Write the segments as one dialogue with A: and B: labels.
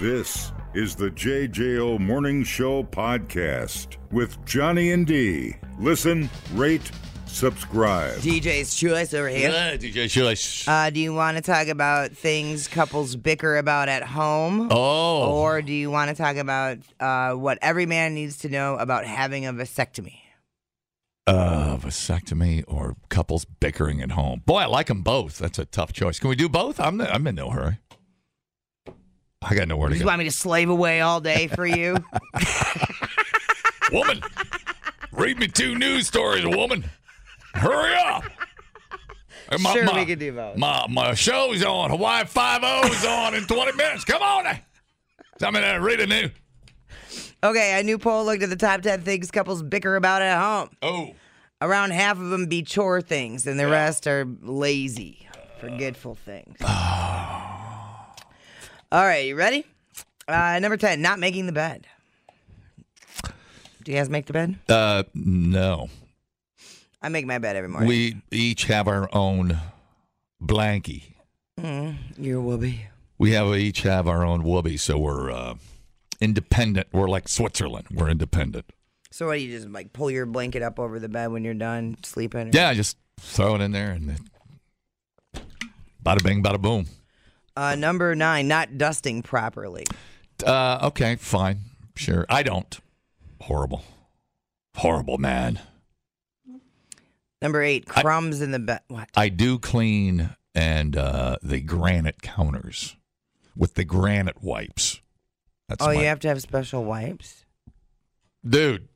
A: This is the JJO Morning Show podcast with Johnny and D. Listen, rate, subscribe.
B: DJ's choice over here.
C: Yeah, DJ Shoelace.
B: Uh, do you want to talk about things couples bicker about at home?
C: Oh.
B: Or do you want to talk about uh, what every man needs to know about having a vasectomy?
C: Uh, vasectomy or couples bickering at home. Boy, I like them both. That's a tough choice. Can we do both? I'm I'm in no hurry. I got nowhere to
B: You just
C: go.
B: want me to slave away all day for you?
C: Woman, read me two news stories, woman. Hurry up. And My,
B: Sure,
C: my,
B: we can do both.
C: My, my show's on. Hawaii 5 O's on in 20 minutes. Come on. now. I'm going to read a new.
B: okay, a new poll looked at the top 10 things couples bicker about at home.
C: Oh.
B: Around half of them be chore things, and the rest are lazy, forgetful things. All right, you ready? Uh, number 10, not making the bed. Do you guys make the bed?
C: Uh, no.
B: I make my bed every morning.
C: We each have our own blankie.
B: You're a whoopee.
C: We have each have our own whoopee, so we're uh, independent. We're like Switzerland. We're independent.
B: So what, do you just like pull your blanket up over the bed when you're done sleeping?
C: Yeah, I just throw it in there and then bada bing, bada boom.
B: Uh, number nine, not dusting properly.
C: Uh, okay, fine, sure. I don't. Horrible, horrible man.
B: Number eight, crumbs in the bed. What?
C: I do clean and uh, the granite counters with the granite wipes. That's
B: oh,
C: my-
B: you have to have special wipes?
C: dude.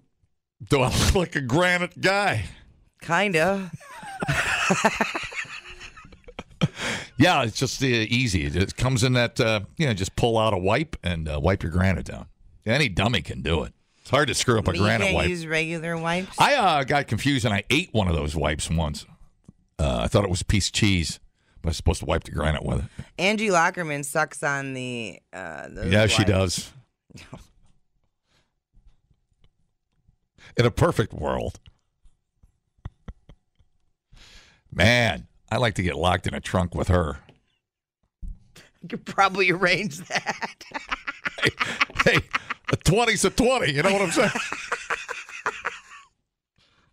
C: Do I look like a granite guy?
B: Kinda.
C: Yeah, it's just uh, easy. It just comes in that, uh, you know, just pull out a wipe and uh, wipe your granite down. Any dummy can do it. It's hard to screw up a
B: But you
C: granite
B: can't
C: wipe.
B: use regular wipes?
C: I uh, got confused and I ate one of those wipes once. Uh, I thought it was a piece of cheese, but I was supposed to wipe the granite with it.
B: Angie Lockerman sucks on the. Uh, those
C: yeah, she
B: wipes.
C: does. In a perfect world. Man, I like to get locked in a trunk with her.
B: You could probably arrange that.
C: hey, a 20's a 20. You know what I'm saying?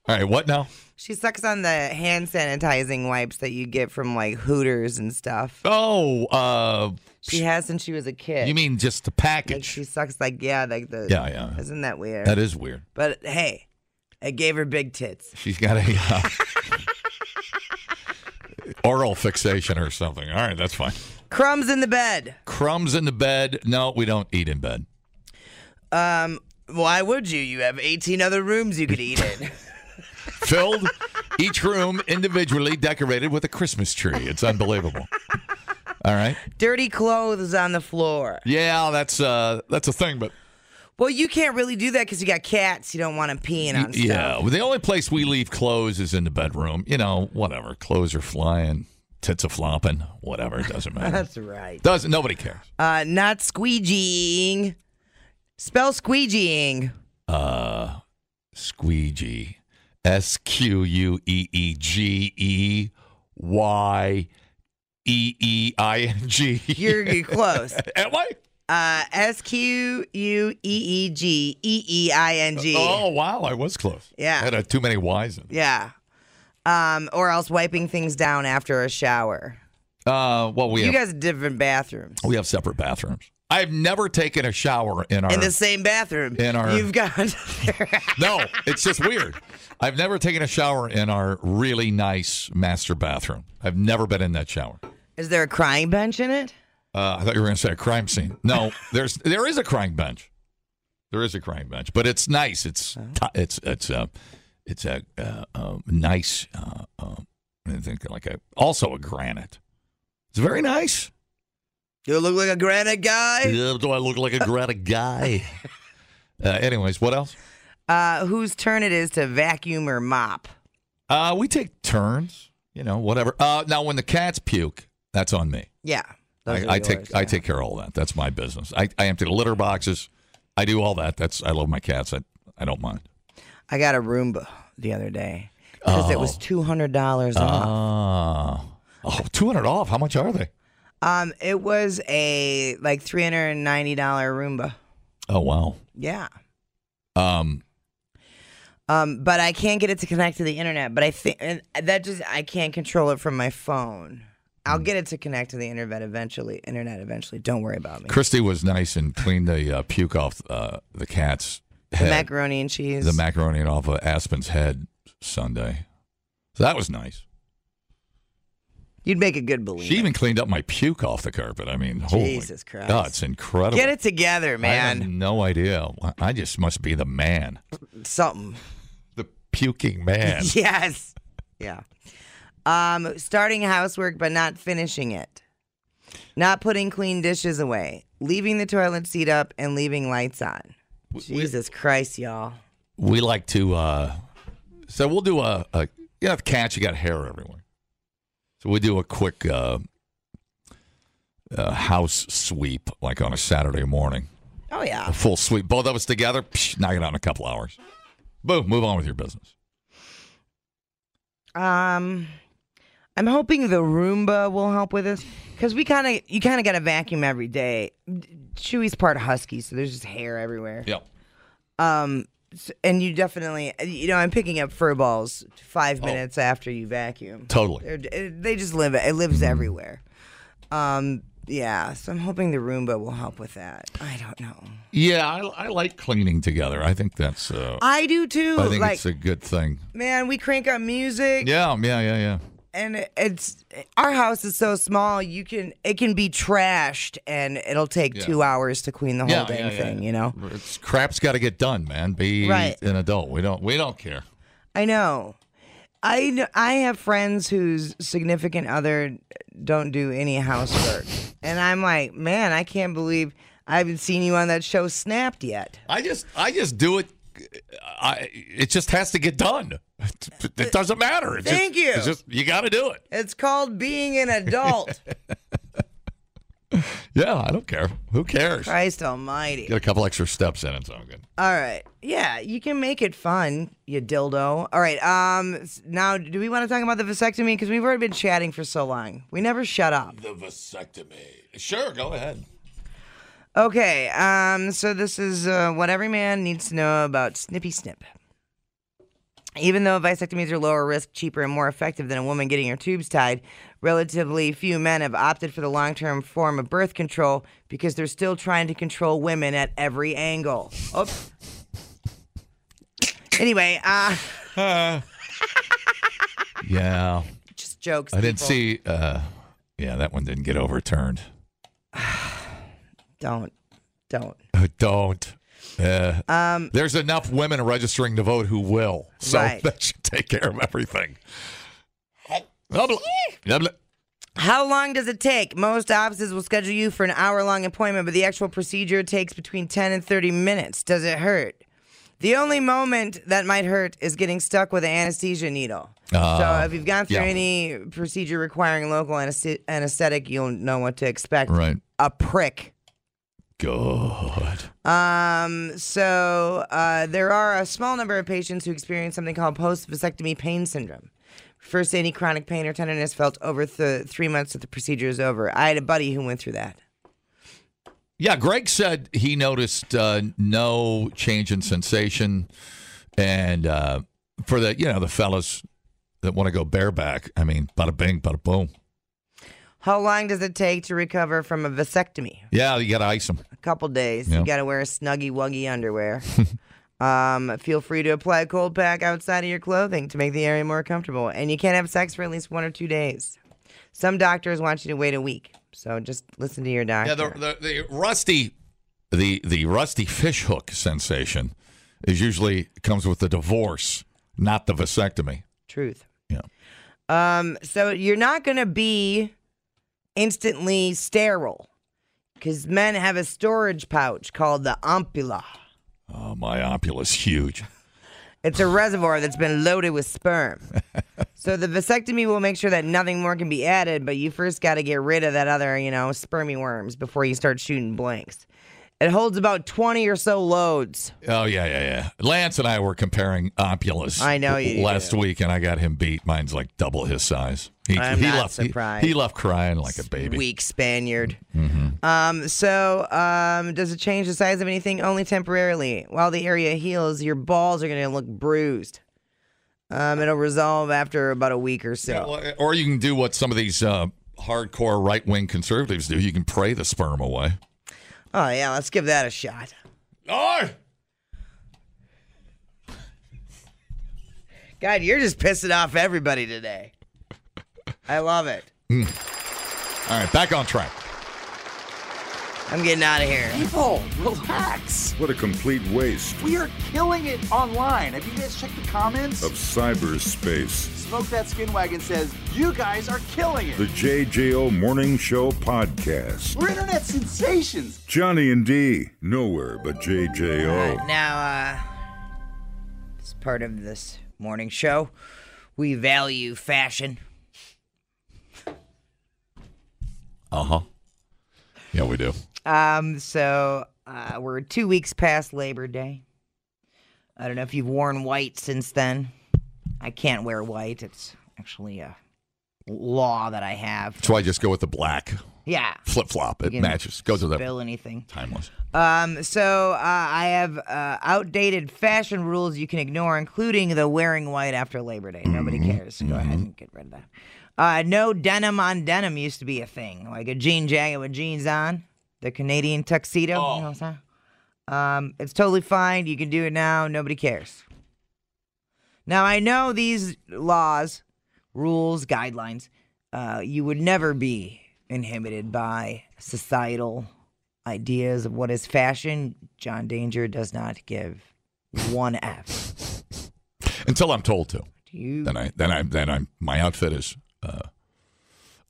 C: All right, what now?
B: she sucks on the hand sanitizing wipes that you get from like Hooters and stuff.
C: Oh, uh,
B: She has since she was a kid.
C: you mean just the
B: Like
C: package?
B: she sucks like yeah, like the
C: Yeah, yeah.
B: Isn't that weird?
C: That is weird.
B: but hey, it gave her big tits.
C: She's got a uh, oral fixation or something. All right, that's fine.
B: Crumbs in the bed.
C: Crumbs in the bed. No, we don't eat in bed.
B: Why would you? You have 18 other rooms you could eat in.
C: Filled, each room individually decorated with a Christmas tree. It's unbelievable. All right.
B: Dirty clothes on the floor.
C: Yeah, that's uh, that's a thing, but
B: Well, you can't really do that because you got cats. You don't want them peeing on stuff.
C: Yeah, well, the only place we leave clothes is in the bedroom. You know, whatever. Clothes are flying, tits are flopping, whatever. It doesn't matter.
B: That's right.
C: doesn't nobody cares.
B: Uh, not squeegeeing. Spell squeegeeing.
C: Uh, squeegee, S Q U E E G E Y E E I N G.
B: You're, you're close.
C: Am I?
B: Uh, S Q U E E G E E I N G.
C: Oh wow, I was close.
B: Yeah.
C: I had uh, too many Y's in. it.
B: Yeah. Um, or else wiping things down after a shower.
C: Uh, well, we
B: You
C: have
B: guys have different bathrooms.
C: we have separate bathrooms. I've never taken a shower in our
B: In the same bathroom.
C: In our-
B: You've got.
C: No, it's just weird. I've never taken a shower in our really nice master bathroom. I've never been in that shower.
B: Is there a crying bench in it?
C: Uh, I thought you were going to say a crime scene. No, there's there is a crying bench. There is a crying bench, but it's nice. It's ti it's it's uh, it's a uh, uh, nice. Uh, uh, I think like a also a granite. It's very nice.
B: Do I look like a granite guy?
C: Yeah, do I look like a granite guy? Uh, anyways, what else?
B: Uh, whose turn it is to vacuum or mop?
C: Uh, we take turns, you know, whatever. Uh, now, when the cats puke, that's on me.
B: Yeah. those
C: I,
B: are
C: I take
B: yours,
C: I
B: yeah.
C: take care of all that. That's my business. I, I empty the litter boxes. I do all that. That's I love my cats. I I don't mind.
B: I got a Roomba the other day
C: Oh. Uh-huh.
B: because it was two hundred dollars off.
C: Uh, Ah, oh, two hundred off. How much are they?
B: Um, it was a like three hundred and ninety dollar Roomba.
C: Oh wow.
B: Yeah.
C: Um,
B: Um, but I can't get it to connect to the internet. But I think and that just I can't control it from my phone. I'll
C: Mm.
B: get it to connect to the internet eventually. Internet eventually. Don't worry about me.
C: Christy was nice and cleaned the uh, puke off uh, the cat's
B: The
C: head,
B: macaroni and cheese.
C: the macaroni and off of Aspen's head Sunday. So that was nice.
B: You'd make a good belief.
C: She even cleaned up my puke off the carpet. I mean,
B: Jesus
C: holy
B: Christ.
C: God, it's incredible.
B: Get it together,
C: I have
B: man.
C: no idea. I just must be the man,
B: Something.
C: the puking man.
B: Yes. Yeah. Um, starting housework but not finishing it. Not putting clean dishes away. Leaving the toilet seat up and leaving lights on. Jesus Christ, y'all.
C: we like to uh so we'll do a, a you know cats you got hair everywhere so we do a quick uh, uh house sweep like on a saturday morning
B: Oh
C: a
B: yeah.
C: full sweep both of us together psh, knock it out in a couple hours boom move on with your business
B: Um I'm hoping the Roomba will help with this cuz we kind of you kind of got to vacuum every day. Chewy's part husky, so there's just hair everywhere.
C: yep
B: Um, s- and you definitely, you know, I'm picking up fur balls five minutes after you vacuum.
C: totally
B: They're, eh, they just live. It lives everywhere. Um, yeah. So I'm hoping the Roomba will help with that. I don't know.
C: yeah I, I like cleaning together i think that's uh
B: I do too.
C: i think
B: Oh, like,
C: it's a good thing
B: man, we crank up music,
C: yeah yeah yeah yeah
B: and it- it's our house is so small. You can it can be trashed, and it'll take
C: Yeah.
B: two hours to clean the whole
C: yeah,
B: dang
C: yeah, yeah,
B: thing.
C: yeah.
B: You know.
C: it's crap's got to get done man be
B: Right.
C: an adult we don't we don't care
B: I know. I kn- I have friends whose significant other don't do any housework, and I'm like, man, I can't believe I haven't seen you on that show Snapped yet.
C: I just I just do it. I it just has to get done. It doesn't matter. It's
B: Thank
C: just,
B: you.
C: It's just you got to do it.
B: It's called being an adult.
C: Yeah, I don't care. Who cares?
B: Christ Almighty.
C: Get a couple extra steps in, and so I'm good.
B: All right, yeah, you can make it fun, you dildo. All right, um, s- now do we want to talk about the vasectomy? Because we've already been chatting for so long, we never shut up.
C: The vasectomy. Sure, go ahead.
B: Okay, um, so this is uh, what every man needs to know about Snippy Snip. Even though vasectomies are lower risk, cheaper, and more effective than a woman getting her tubes tied, relatively few men have opted for the long term form of birth control because they're still trying to control women at every angle. Oops. Anyway, uh,
C: Yeah,
B: just jokes.
C: I didn't
B: people.
C: see. uh Yeah, that one didn't get overturned.
B: Don't. Don't.
C: Uh, don't. Uh, there's enough women registering to vote who will, so
B: Right.
C: that should take care of everything. Blah, blah, blah, blah.
B: How long does it take? Most offices will schedule you for an hour long appointment, but the actual procedure takes between 10 and 30 minutes. Does it hurt? The only moment that might hurt is getting stuck with an anesthesia needle. so, if you've gone through
C: Ah, yeah.
B: any procedure requiring local anesth- anesthetic, you'll know what to expect.
C: Right.
B: A prick.
C: Good.
B: Um, so uh, there are a small number of patients who experience something called post vasectomy pain syndrome. Refers to any chronic pain or tenderness felt over the three months that the procedure is over. I had a buddy who went through that.
C: Yeah, Greg said he noticed uh, no change in sensation, and uh, for the you know the fellas that want to go bareback, I mean, bada bing, bada boom.
B: How long does it take to recover from a vasectomy?
C: Yeah, you got to ice them.
B: A couple days.
C: Yeah.
B: You got to wear a snuggy wuggy underwear. um, feel free to apply a cold pack outside of your clothing to make the area more comfortable. And you can't have sex for at least one or two days. Some doctors want you to wait a week. So just listen to your doctor.
C: Yeah, the, the, the rusty, the the rusty fish hook sensation is usually comes with the divorce, not the vasectomy.
B: Truth.
C: Yeah.
B: Um, so you're not going to be instantly sterile because men have a storage pouch called the ampulla.
C: Oh, my opulus huge.
B: It's a reservoir that's been loaded with sperm. so the vasectomy will make sure that nothing more can be added, but you first got to get rid of that other, you know, spermy worms before you start shooting blanks. It holds about 20 or so loads.
C: Oh yeah, yeah, yeah. Lance and I were comparing Opulus.
B: I know you
C: last
B: do.
C: week, and I got him beat. Mine's like double his size. He,
B: I'm
C: he
B: not
C: left, he-
B: surprised.
C: He, left crying like a baby.
B: Weak Spaniard. Um, so, um, does it change the size of anything? Only temporarily. While the area heals, your balls are going to look bruised. Um, it'll resolve after about a week or so.
C: Well, Or you can do what some of these uh, hardcore right wing conservatives do. You can pray the sperm away.
B: Oh, yeah, let's give that a shot.
C: Oh,
B: God, you're just pissing off everybody today. I love it.
C: all right, back on track.
B: I'm getting out of here.
D: People, relax.
A: What a complete waste
D: We are killing it online. Have you guys checked the comments?
A: of cyberspace.
D: Smoke That Skin Wagon says, You guys are killing it.
A: The JJO Morning Show podcast.
D: We're internet sensations.
A: Johnny and D, nowhere but
B: All right,
A: JJO.
B: now, uh, as part of this morning show, we value fashion.
C: Uh huh. Yeah, we do.
B: Um, so uh, we're two weeks past Labor Day. I don't know if you've worn white since then. I can't wear white. It's actually a law that I have.
C: That's why I just go with the black
B: Yeah.
C: flip flop. It
B: You can
C: matches. Goes with that
B: Spill anything.
C: timeless.
B: Um, so uh, I have uh, outdated fashion rules you can ignore, including the wearing white after Labor Day. Nobody cares. Go ahead and get rid of that. Uh, no denim on denim used to be a thing, like a jean jacket with jeans on, the Canadian tuxedo. You know what I'm saying? Um, it's totally fine. You can do it now. Nobody cares. Now I know these laws, rules, guidelines. Uh, you would never be inhibited by societal ideas of what is fashion, John Danger does not give one F.
C: Until I'm told to.
B: Do you?
C: Then I then I then I'm my outfit is uh,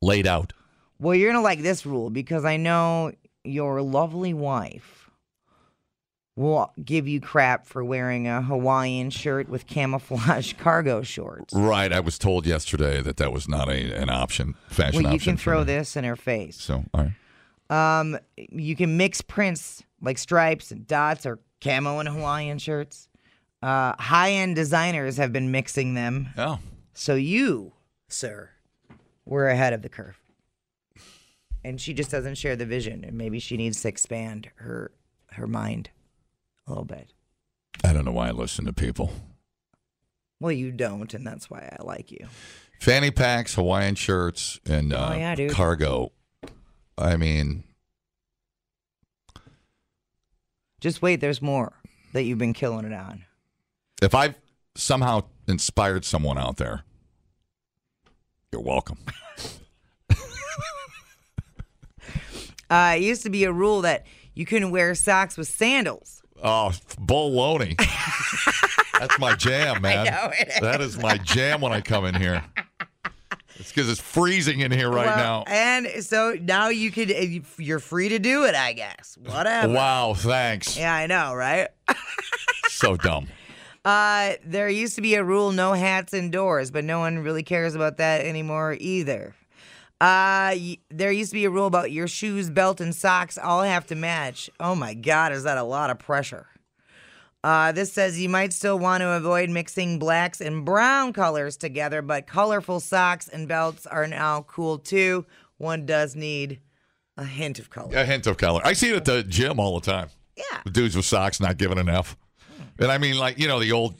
C: laid out.
B: Well, you're gonna like this rule because I know your lovely wife will give you crap for wearing a Hawaiian shirt with camouflage cargo shorts.
C: Right. I was told yesterday that that was not a, an option. Fashion
B: Well, you
C: option
B: can
C: for
B: throw
C: me.
B: this in her face.
C: So all right.
B: Um, you can mix prints like stripes and dots or camo and Hawaiian shirts. Uh, high-end designers have been mixing them
C: Oh.
B: So you, sir, were ahead of the curve. And she just doesn't share the vision, and maybe she needs to expand her her mind a little bit.
C: I don't know why I listen to people.
B: Well, you don't, and that's why I like you.
C: fanny packs, Hawaiian shirts, and uh,
B: Oh, yeah, dude.
C: cargo. I mean,
B: Just wait, there's more that you've been killing it on.
C: if I've somehow inspired someone out there, you're welcome.
B: Uh, it used to be a rule that you couldn't wear socks with sandals.
C: Oh, baloney. That's my jam, man.
B: know it
C: That is my jam when I come in here. It's because it's freezing in here right
B: Well,
C: now.
B: And so now you could, you're free to do it, I guess. Whatever.
C: Wow, thanks.
B: Yeah, I know, right?
C: So dumb.
B: Uh, there used to be a rule no hats indoors, but no one really cares about that anymore either. Uh, y- there used to be a rule about your shoes, belt, and socks all have to match. Oh my God, is that a lot of pressure? Uh, this says you might still want to avoid mixing blacks and brown colors together, but colorful socks and belts are now cool too. One does need a hint of color.
C: A hint of color. I see it at the gym all the time.
B: Yeah.
C: The dudes with socks not giving an F. And I mean, like, you know, the old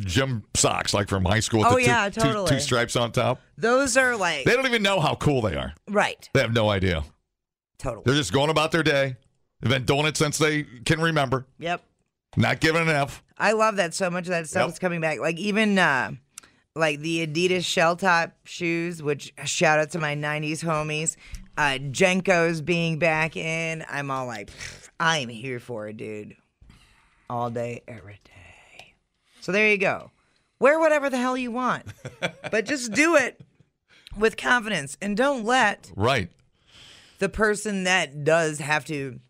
C: gym socks, like from high school with
B: Oh,
C: the two-
B: yeah,
C: two-
B: totally.
C: two stripes on top.
B: Those are like,
C: They don't even know how cool they are.
B: right,
C: They have no idea.
B: totally.
C: They're just going about their day. They've been doing it since they can remember,
B: Yep.
C: not giving an F.
B: I love that so much. of That stuff's
C: Yep.
B: coming back. Like even uh, like the Adidas shell top shoes, which shout out to my '90s homies. Uh, Jenko's being back in. I'm all like, "Pfft, I am here for it, dude. All day, every day. So there you go. Wear whatever the hell you want, but just do it with confidence and don't let
C: Right.
B: the person that does have to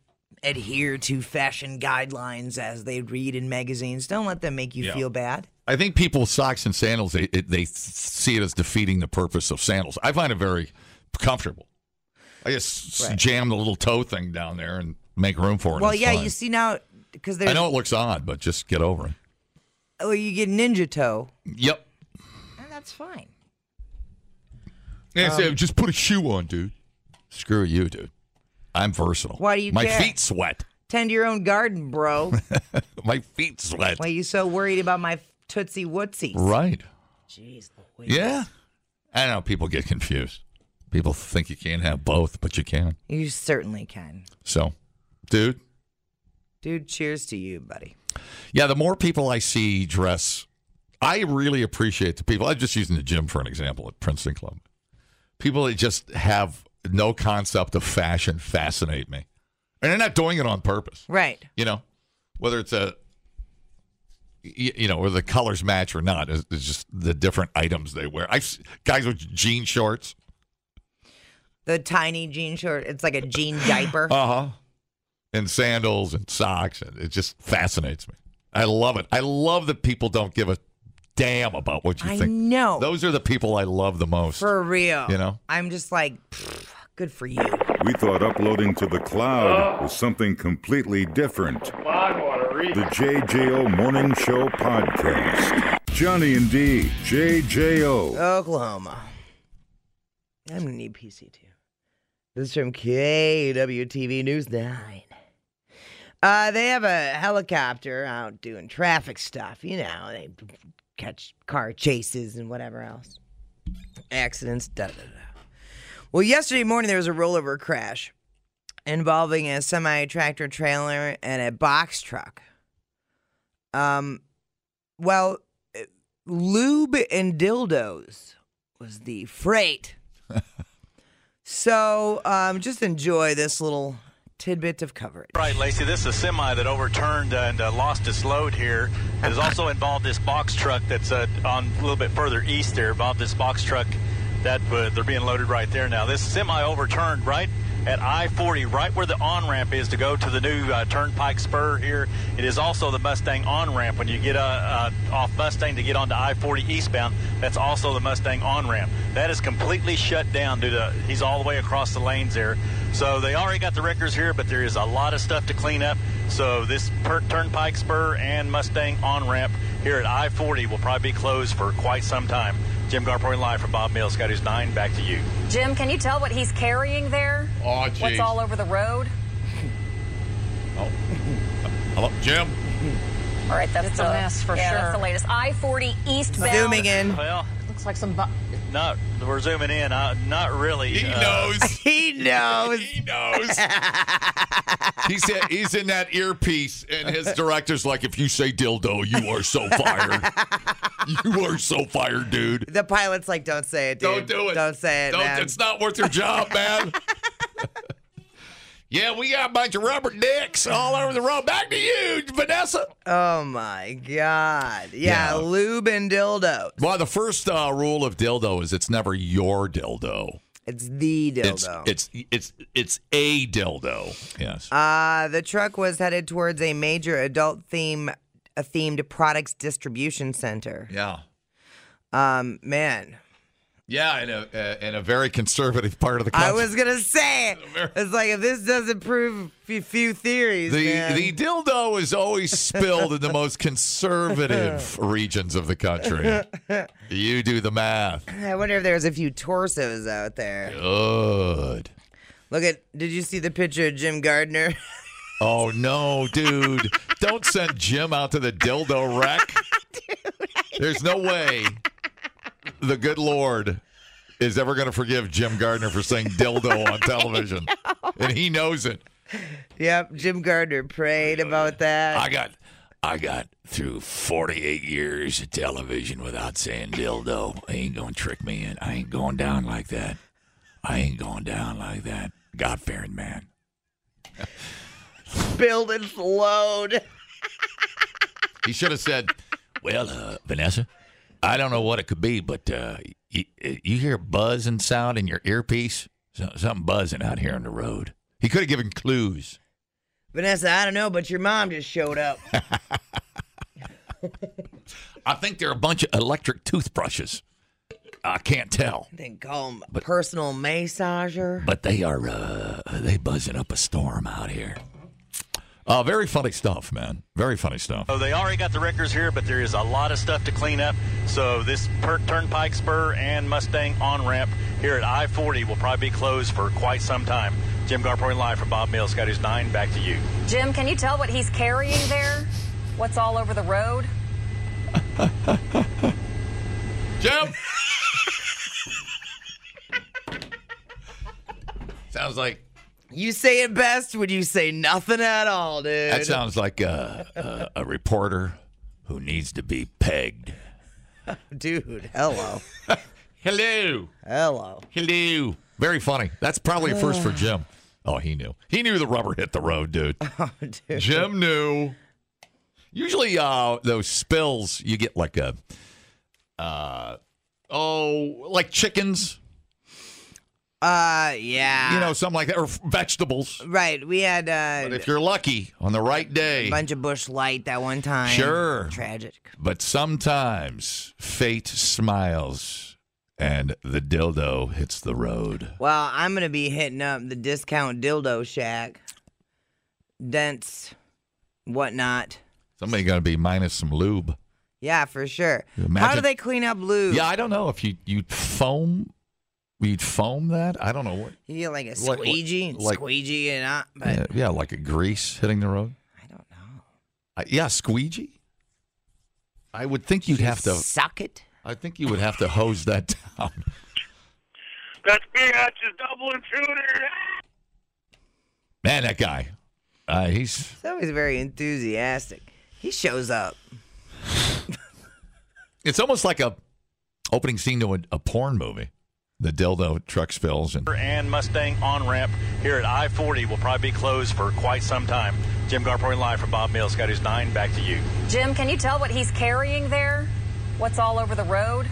B: adhere to fashion guidelines as they read in magazines don't let them make you
C: Yeah.
B: feel bad
C: I think people with socks and sandals, they, it, they see it as defeating the purpose of sandals. I find it very comfortable. I just s
B: Right.
C: jam the little toe thing down there and make room for it.
B: Well,
C: It's
B: yeah,
C: fine.
B: you see now because
C: I
B: there's
C: know it looks odd, but just get over it.
B: oh, you get ninja toe,
C: Yep.
B: and that's fine. Um,
C: Yeah, so just put a shoe on, dude. Screw you, dude. I'm versatile.
B: Why do you
C: My
B: care?
C: feet sweat.
B: Tend to your own garden, bro.
C: My feet sweat.
B: Why you so worried about my tootsie wootsies?
C: Right.
B: Jeez, Louise.
C: Yeah. I know people get confused. People think you can't have both, but you can.
B: you certainly can,
C: So, dude,
B: dude. Cheers to you, buddy.
C: yeah, the more people I see dress, I really appreciate the people. I'm just using the gym for an example at Princeton Club. People that just have no concept of fashion fascinate me. And they're not doing it on purpose.
B: Right.
C: you know, whether it's a, y- you know, whether the colors match or not, is is just the different items they wear. I've s- guys with jean shorts.
B: The tiny jean short. It's like a jean diaper.
C: Uh huh. And sandals and socks. And it just fascinates me. I love it. I love that people don't give a damn about what you
B: I
C: think.
B: know.
C: Those are the people I love the most.
B: Oh. for real.
C: You know?
B: I'm just like, pfft, good for you.
A: We thought uploading to the cloud was something completely different. The JJO Morning Show Podcast. Johnny and D, JJO.
B: Oklahoma. I'm gonna need PC too. This is from KWTV News 9. Uh, they have a helicopter out doing traffic stuff. You know, they catch car chases and whatever else, accidents. Da da da. Well, yesterday morning there was a rollover crash involving a semi tractor trailer and a box truck. Um, well, lube and dildos was the freight. so um, just enjoy this little tidbit of coverage.
E: Right, Lacey, this is a semi that overturned uh, and uh, lost its load here. It has also involved this box truck that's uh, on a little bit further east there, involved this box truck that uh, they're being loaded right there now. This semi overturned right at I 40, right where the on ramp is to go to the new uh, turnpike spur here. It is also the Mustang on ramp. When you get uh, uh, off Mustang to get onto I 40 eastbound, that's also the Mustang on ramp. That is completely shut down due to he's all the way across the lanes there. So they already got the records here, but there is a lot of stuff to clean up. So this per- Turnpike Spur and Mustang on ramp here at I 40 will probably be closed for quite some time. Jim Garpoint live from Bob Mills. Scotty's 9, back to you.
F: Jim, can you tell what he's carrying there?
C: Aw, jeez.
F: What's all over the road?
C: Hello, Jim.
F: All right, that's
G: It's a
F: the,
G: mess for
F: yeah,
G: sure.
F: That's the latest. I-40 eastbound.
B: Zooming in.
E: Well,
G: Looks like some. Bu-
E: no, we're zooming in. Uh, not really.
C: He
E: Uh,
C: knows.
B: He knows.
C: He knows. he's, he's in that earpiece, and his director's like, if you say dildo, you are so fired. you are so fired, dude.
B: The pilot's like, don't say it,
C: Don't
B: dude.
C: do it.
B: Don't say it,
C: Don't-
B: man.
C: It's not worth your job, man. yeah, we got a bunch of rubber dicks all over the road. Back to you, Vanessa.
B: Oh my God. Yeah,
C: Yeah.
B: lube and dildo.
C: Well, the first uh, rule of dildo is it's never your dildo.
B: It's the dildo.
C: It's it's it's it's a dildo. Yes.
B: uh, the truck was headed towards a major adult theme, a themed products distribution center.
C: yeah.
B: Um, man,
C: Yeah, in a uh, in a very conservative part of the country.
B: I was gonna say it's like if this doesn't prove a few theories,
C: the
B: man.
C: the dildo is always spilled in the most conservative regions of the country. You do the math.
B: I wonder if there's a few torsos out there.
C: Good.
B: Look at. Did you see the picture of Jim Gardner?
C: Oh no, dude! Don't send Jim out to the dildo wreck. There's no way the good Lord is ever going to forgive Jim Gardner for saying dildo on television, and he knows it.
B: yep, Jim Gardner
C: Oh,
B: prayed about that.
C: I got I got through 48 years of television without saying dildo. I ain't going to trick me in. I ain't going down like that. I ain't going down like that. God fearing man.
B: Build its load.
C: He should have said, Well, uh, Vanessa, I don't know what it could be, but uh, you, you hear a buzzing sound in your earpiece? So, something buzzing out here on the road. He could have given clues.
B: Vanessa, I don't know, but your mom just showed up.
C: I think there are a bunch of electric toothbrushes. I can't tell.
B: then call him a personal massager.
C: But they are uh, they buzzing up a storm out here. Uh, very funny stuff, man. Very funny stuff.
E: So they already got the records here, but there is a lot of stuff to clean up. So this per- Turnpike Spur and Mustang on ramp here at I 40 will probably be closed for quite some time. Jim Garpoint live from Bob Mills. Scotty's 9, back to you.
F: Jim, can you tell what he's carrying there? What's all over the road?
C: Jim. sounds like
B: You say it best when you say nothing at all, dude.
C: that sounds like a, a, a reporter who needs to be pegged.
B: dude, hello.
C: Hello.
B: hello.
C: Hello. Very funny. That's probably a first for Jim. Oh, he knew. He knew the rubber hit the road, dude.
B: Oh, Dude.
C: Jim knew. Usually, uh, those spills, you get like a, uh, oh, like chickens,
B: Uh, yeah.
C: you know, something like that, or vegetables.
B: right. We had
C: But
B: uh,
C: if you're lucky on the right
B: a
C: day,
B: bunch of bush light that one time.
C: Sure.
B: Tragic.
C: but sometimes fate smiles and the dildo hits the road.
B: Well, I'm gonna be hitting up the discount dildo shack, dents, whatnot.
C: Somebody got to be minus some lube.
B: Yeah, for sure. How do
C: imagine-
B: they clean up lube?
C: Yeah, I don't know if you you foam, you'd foam that. I don't know what.
B: You get like a
C: Like- like-
B: squeegee and
C: like-
B: squeegee and not, but
C: Yeah, yeah, like a grease hitting the road.
B: I don't know.
C: Uh, yeah, squeegee. I would think you'd have to.
B: suck it.
C: I think you would have to hose that down.
G: That's Biatch's double intruder.
C: Man, that guy. Uh, he's
B: It's always very enthusiastic. He shows up.
C: it's almost like a opening scene to a, a porn movie. The dildo truck spills and
E: And Mustang on ramp here at I 40 will probably be closed for quite some time. Jim Garpoint live from Bob Mills. Scotty's 9, back to you.
F: Jim, can you tell what he's carrying there? What's all over the road?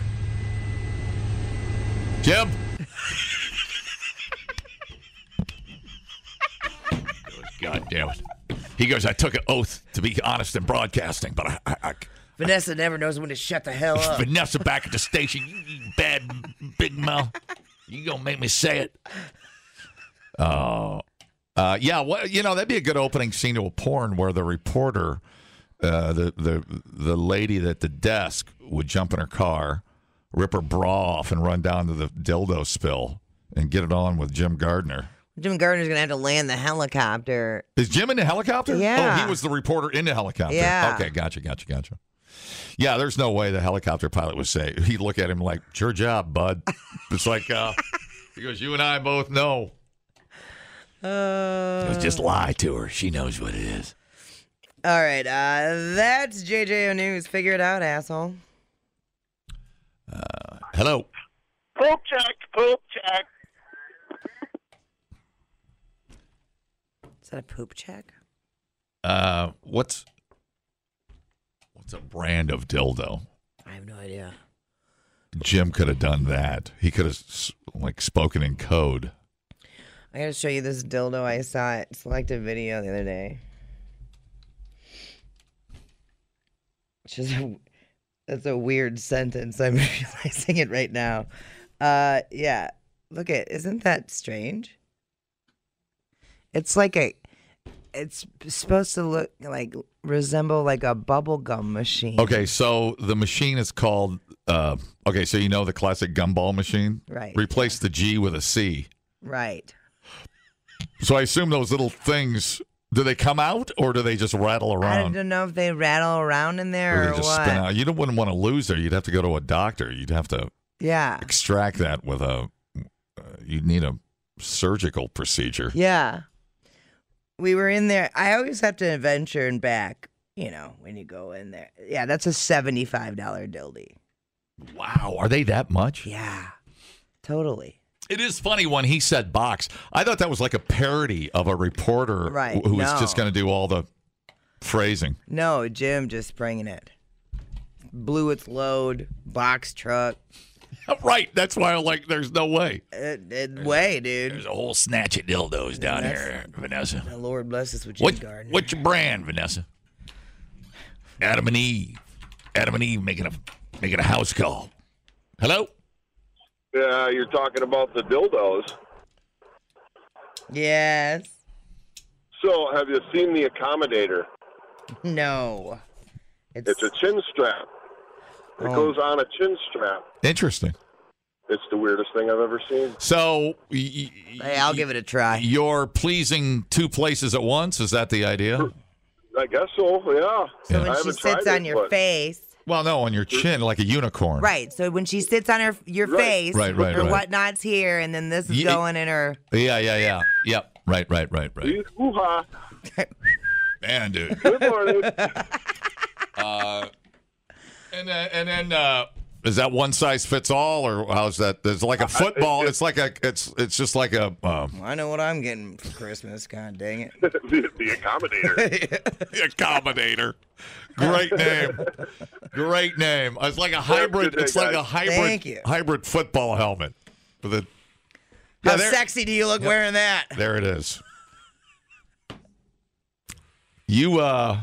C: Jim. God damn it! He goes. I took an oath to be honest in broadcasting, but I, I, I
B: Vanessa never knows when to shut the hell up.
C: Vanessa back at the station. You, you bad big mouth. You gonna make me say it? Oh, uh, yeah. Well, you know that'd be a good opening scene to a porn where the reporter, uh, the the the lady at the desk would jump in her car, rip her bra off, and run down to the dildo spill and get it on with Jim Gardner.
B: Jim Gardner's gonna have to land the helicopter.
C: Is Jim in the helicopter?
B: Yeah.
C: Oh, he was the reporter in the helicopter.
B: Yeah.
C: Okay, gotcha, gotcha, gotcha. Yeah, there's no way the helicopter pilot would say he'd look at him like, "Sure job, bud." it's like uh, he goes, "You and I both know."
B: Uh,
C: He goes, just lie to her. She knows what it is.
B: All right, uh, that's JJO News. Figure it out, asshole.
C: Hello.
G: Poop check, poop check.
B: Is that a poop check?
C: Uh, what's what's a brand of dildo?
B: I have no idea.
C: Jim could have done that. He could have s- like spoken in code.
B: I gotta show you this dildo I saw at Selective Video the other day. It's just a, that's a weird sentence. I'm realizing it right now. Uh, yeah, look at isn't that strange? It's like a, it's supposed to look like resemble like a bubblegum machine.
C: Okay, so the machine is called. Uh, okay, so you know the classic gumball machine.
B: Right.
C: Replace the G with a C.
B: Right.
C: So I assume those little things. Do they come out or do they just rattle
B: I
C: around?
B: don't know if they rattle around in
C: Or
B: there
C: they
B: or,
C: just
B: what.
C: spin out. You don't, wouldn't want to lose there. You'd have to go to a doctor. You'd have to
B: Yeah.
C: extract that with a. Uh, you'd need a surgical procedure.
B: Yeah. We were in there. I always have to venture and back, you know, when you go in there. Yeah, that's a $75 dildy.
C: Wow, are they that much?
B: Yeah. Totally.
C: It is funny when he said box. I thought that was like a parody of a reporter
B: Right,
C: who was
B: no.
C: just going to do all the phrasing.
B: No, Jim just bringing it. Blew its load, box truck.
C: right. That's why I like. There's no way.
B: It, it way, dude.
C: There's a whole snatch of dildos down
B: That's-
C: here, Vanessa.
B: The Lord bless us with Jim
C: What,
B: Gardner.
C: what's your brand, Vanessa? Adam and Eve. Adam and Eve making a making a house call. Hello.
G: Uh, you're talking about the dildos.
B: Yes.
G: So, have you seen the accommodator?
B: No. It's,
G: It's a chin strap. It
B: Oh.
G: goes on a chin strap.
C: Interesting.
G: It's the weirdest thing I've ever seen.
C: So, y- y-
B: hey, I'll give it a try.
C: You're pleasing two places at once. Is that the idea?
G: I guess so. Yeah.
B: So when
G: I
B: she
G: haven't tried
B: sits
G: it,
B: on your
G: but-
B: face,
C: Well, no, on your chin, like a unicorn.
B: right? So when she sits on her your
G: Right.
B: face,
C: Right, right,
B: her
C: right.
B: whatnot's here, and then this is
C: Ye-
B: going in her.
C: Yeah, yeah, yeah. Yep. Right, right, right, right. uh,
G: Hoo ha!
C: Man, dude.
G: Good morning.
C: And then, and then uh, is that one size fits all, or how's that? There's like a football. It's like a. It's it's just like a. Um,
B: I know what I'm getting for Christmas. God dang it.
G: the, the accommodator.
C: accommodator. Great name. Great name. Uh, It's like a hybrid. It's like a hybrid.
B: Thank you.
C: Hybrid football helmet. For the. Yeah,
B: How
C: there-
B: sexy do you look wearing that?
C: There it is. You uh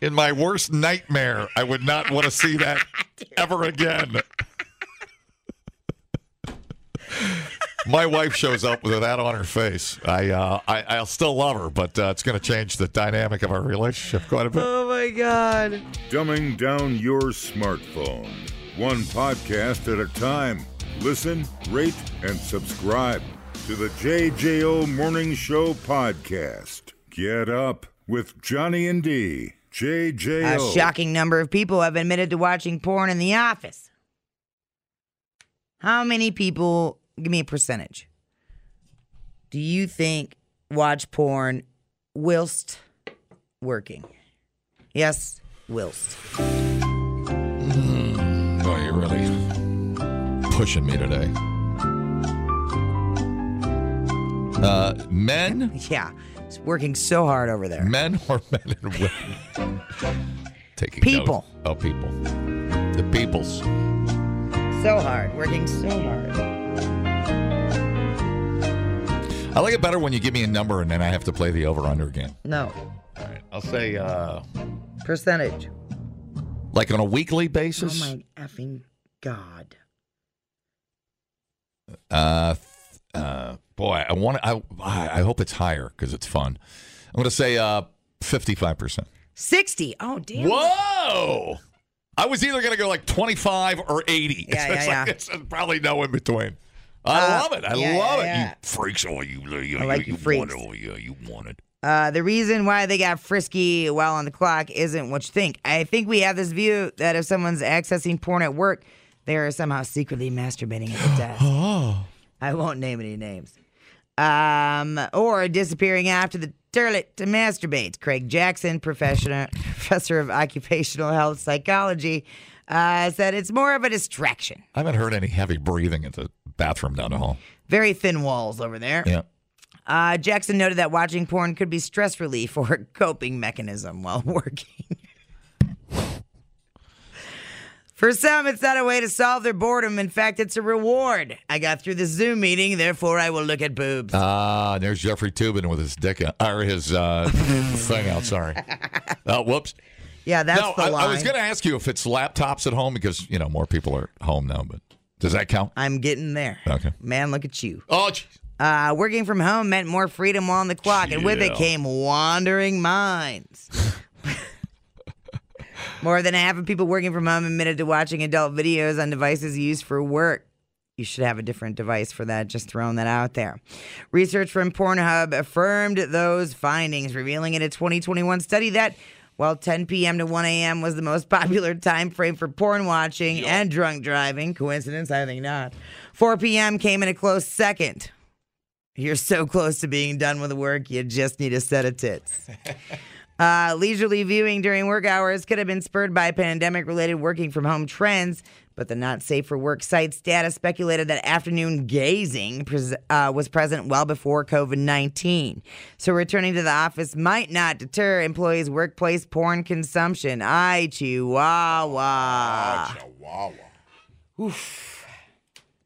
C: in my worst nightmare, I would not want to see that ever again. My wife shows up with that on her face. I, uh, I I'll still love her, but uh, it's going to change the dynamic of our relationship quite a bit.
B: Oh my God.
A: Dumbing down your smartphone. One podcast at a time. Listen, rate, and subscribe to the JJO Morning Show podcast. Get up with Johnny and D.
B: A
A: JJO.
B: shocking number of people have admitted to watching porn in the office. How many people, give me a percentage, do you think watch porn whilst working? Yes, whilst.
C: Oh, you're really pushing me today. Uh, men
B: Yeah, it's working so hard over there.
C: Men or men and women? Taking
B: People.
C: notes. Oh, people. The peoples.
B: So hard, working so hard.
C: I like it better when you give me a number and then I have to play the over under again.
B: No,
C: All right. I'll say, uh,
B: percentage.
C: like on a weekly
B: Oh
C: basis,
B: my effing God.
C: uh, th- uh, boy, I want to, I, I I hope it's higher because it's fun. I'm going to say, uh, 55%.
B: 60. Oh, damn.
C: Whoa! I was either going to go like 25 or 80.
B: Yeah, yeah,
C: it's
B: yeah.
C: like, It's, it's probably no in between. I
B: Uh,
C: love it. I
B: yeah, yeah,
C: love it.
B: yeah.
C: You freaks. Oh, you, you, you,
B: I like you
C: you,
B: freaks.
C: want it. Oh, yeah, you want it.
B: Uh, the reason why they got frisky while on the clock isn't what you think. I think we have this view that if someone's accessing porn at work, they are somehow secretly masturbating at the desk. I won't name any names. Um, or disappearing after the toilet to masturbate. Craig Jackson, professional, professor of occupational health psychology, uh, said it's more of a distraction.
C: I haven't heard any heavy breathing at the bathroom down the hall.
B: Very thin walls over there.
C: Yeah.
B: Uh, Jackson noted that watching porn could be stress relief or a coping mechanism while working. For some, it's not a way to solve their boredom. In fact, it's a reward. I got through the Zoom meeting, therefore I will look at boobs.
C: Ah, there's Jeffrey Tubin with his dick out, or his uh, thing out. Sorry. Uh, whoops.
B: yeah, that's
C: no,
B: the
C: I,
B: line.
C: I was going to ask you if it's laptops at home because you know more people are home now. But does that count?
B: I'm getting there.
C: Okay.
B: Man, look at you.
C: Oh, geez.
B: Uh, working from home meant more freedom on the clock, and with it
C: Yeah.
B: came wandering minds. more than half of people working from home admitted to watching adult videos on devices used for work. You should have a different device for that, just throwing that out there. Research from Pornhub affirmed those findings, revealing in a 2021 study that while 10 p.m. to 1 a.m. was the most popular time frame for porn watching and drunk driving, coincidence? I think not. 4 p.m. came in a close second. You're so close to being done with work, you just need a set of tits. Uh, leisurely viewing during work hours could have been spurred by pandemic related working from home trends, but the not safe for work sites data speculated that afternoon gazing pres- uh, was present well before COVID 19. So returning to the office might not deter employees' workplace porn consumption. I chihuahua. Oof.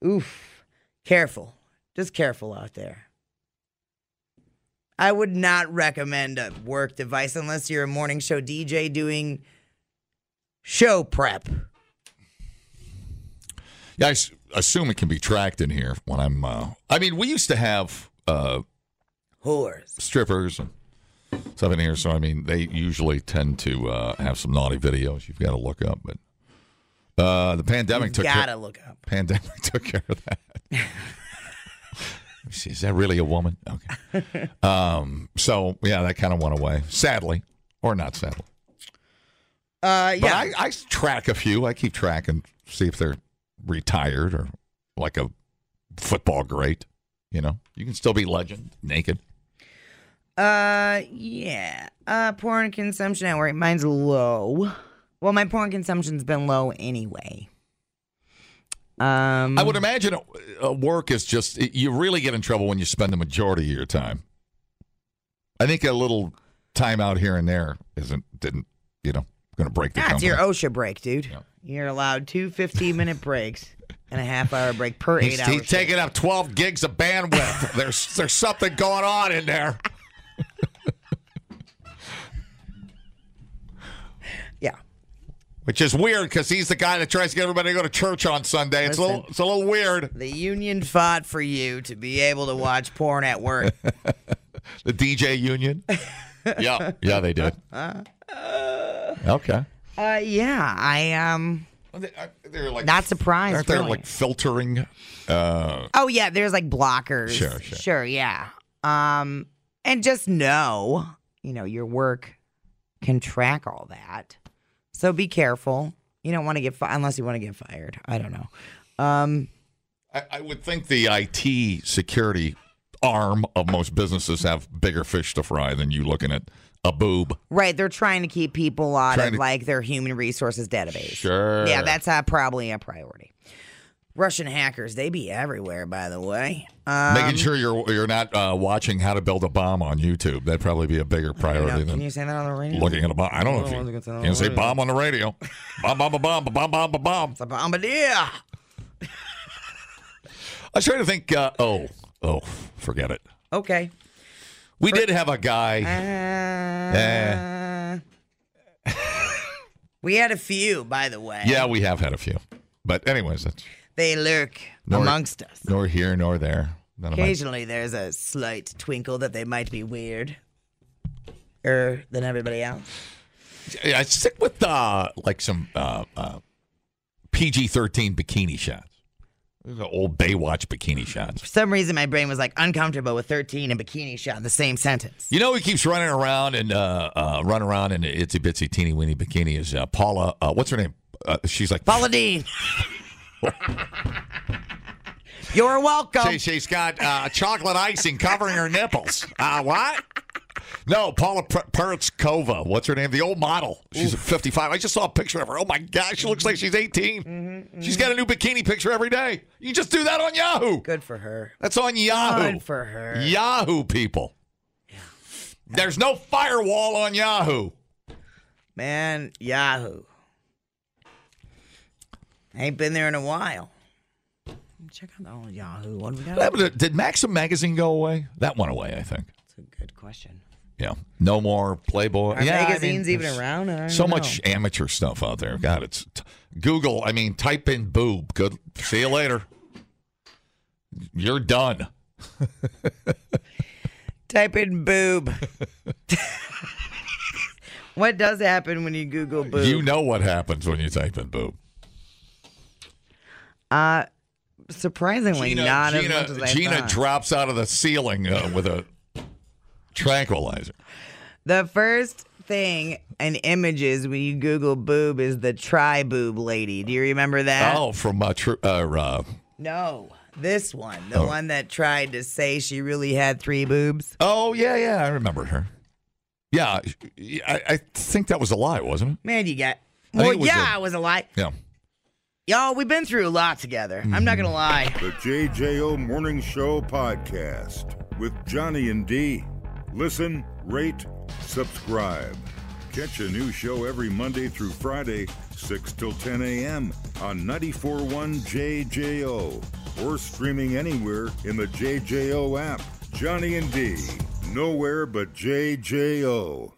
B: Oof. Careful. Just careful out there. I would not recommend a work device unless you're a morning show DJ doing show prep.
C: Yeah, I s- assume it can be tracked in here when I'm. Uh, I mean, we used to have uh,
B: Whores.
C: strippers and stuff in here, so I mean, they usually tend to uh, have some naughty videos. You've got to look up, but uh, the pandemic took
B: Gotta
C: care-
B: look up.
C: pandemic took care of that. Let me see, Is that really a woman? Okay. Um, so yeah, that kind of went away, sadly, or not sadly.
B: Uh,
C: But
B: yeah.
C: I, I track a few. I keep track and see if they're retired or like a football great. You know, you can still be legend naked.
B: Uh, yeah. Uh, porn consumption at work. Mine's low. Well, my porn consumption's been low anyway. Um,
C: I would imagine uh, work is just you really get in trouble when you spend the majority of your time. I think a little time out here and there isn't didn't you know going to break the
B: that's
C: company.
B: your OSHA break, dude. You're allowed two 15 minute breaks and a half hour break per eight
C: He's,
B: hours.
C: he's taking up twelve gigs of bandwidth. there's there's something going on in there.
B: Yeah.
C: Which is weird because he's the guy that tries to get everybody to go to church on Sunday. It's a little,
B: Listen.
C: it's a little weird.
B: The union fought for you to be able to watch porn at work.
C: The DJ union. yeah, yeah, they did. Okay.
B: uh, yeah. I, um,
C: uh, They're like
B: not surprised.
C: aren't there
B: really.
C: like filtering?
B: Oh yeah, there's like blockers.
C: Sure, sure.
B: yeah. Um, and just know, you know, your work can track all that, so be careful. You don't want to get fi- unless you want to get fired. I don't know. Um,
C: I, I would think the IT security arm of most businesses have bigger fish to fry than you looking at a boob.
B: right, they're trying to keep people out
C: Trying
B: of
C: to-
B: like their human resources database.
C: Sure.
B: Yeah, that's uh, probably a priority. Russian hackers, they be everywhere, by the way. Um,
C: Making sure you're you're not uh, watching how to build a bomb on YouTube. That'd probably be a bigger
B: you know,
C: priority
B: can
C: than
B: you say that on the radio?
C: looking at a bomb. I don't know if you, you can say bomb on the radio. bomb, bomb, bomb, bomb, bomb, bomb, bomb.
B: It's a bombardier.
C: I was trying to think. Uh, oh, oh, forget it.
B: Okay.
C: We did have a guy.
B: Uh, we had a few, by the way.
C: Yeah, we have had a few, but anyways, that's
B: They lurk
C: Nor-
B: amongst us.
C: nor here nor there. None of my-
B: Occasionally, there's a slight twinkle that they might be weird. Er, than everybody else.
C: Yeah, I stick with uh, like some uh, uh, PG thirteen bikini shots. Those are old Baywatch bikini shots.
B: For some reason, my brain was like uncomfortable with 13 and bikini shot in the same sentence.
C: You know who keeps running around and uh, uh, run around in an itsy bitsy teeny weeny bikini is uh, Paula. Uh, what's her name? Uh, she's like
B: Paula Dean. You're welcome.
C: She, she's got uh, chocolate icing covering her nipples. Uh, what? No, Paula P- Peretskova. What's her name? The old model. She's 55. I just saw a picture of her. Oh my gosh, she looks like she's 18.
B: Mm-hmm,
C: She's got a new bikini picture every day. You just do that on Yahoo.
B: Good for her.
C: That's on Yahoo.
B: Good for her.
C: Yahoo people. There's no firewall on Yahoo.
B: Man, Yahoo. Ain't been there in a while. Check out the old Yahoo. What do we got?
C: What happened to- Did Maxim magazine go away? That went away, I think.
B: That's a good question.
C: Yeah. No more Playboy.
B: Are
C: yeah, I mean,
B: magazines even
C: there's-
B: around? I don't
C: so
B: know.
C: much amateur stuff out there. God, it's t- Google. I mean, type in boob. Good. See you later. You're done.
B: Type in boob. what does happen when you Google boob?
C: You know what happens when you type in boob.
B: Surprisingly, not
C: Gina,
B: as much as I
C: Gina
B: thought.
C: drops out of the ceiling uh, with a tranquilizer.
B: the first thing in images when you Google boob is the tri boob lady. Do you remember that?
C: oh, from uh, tr- uh, uh,
B: No, this one, the
C: Oh.
B: one that tried to say she really had three boobs.
C: oh yeah, yeah, I remember her. Yeah, I, I think that was a lie, wasn't it?
B: Man, you got.
C: I think
B: Well,
C: it was
B: yeah,
C: a-
B: I was a lie.
C: Yeah.
B: Y'all, we've been through a lot together. I'm
C: Mm-hmm.
B: not gonna lie.
A: The JJO Morning Show podcast with Johnny and D. Listen, rate, subscribe. Catch a new show every Monday through Friday, 6 till 10 a.m. on 94.1 JJO or streaming anywhere in the JJO app. Johnny and D. Nowhere but JJO.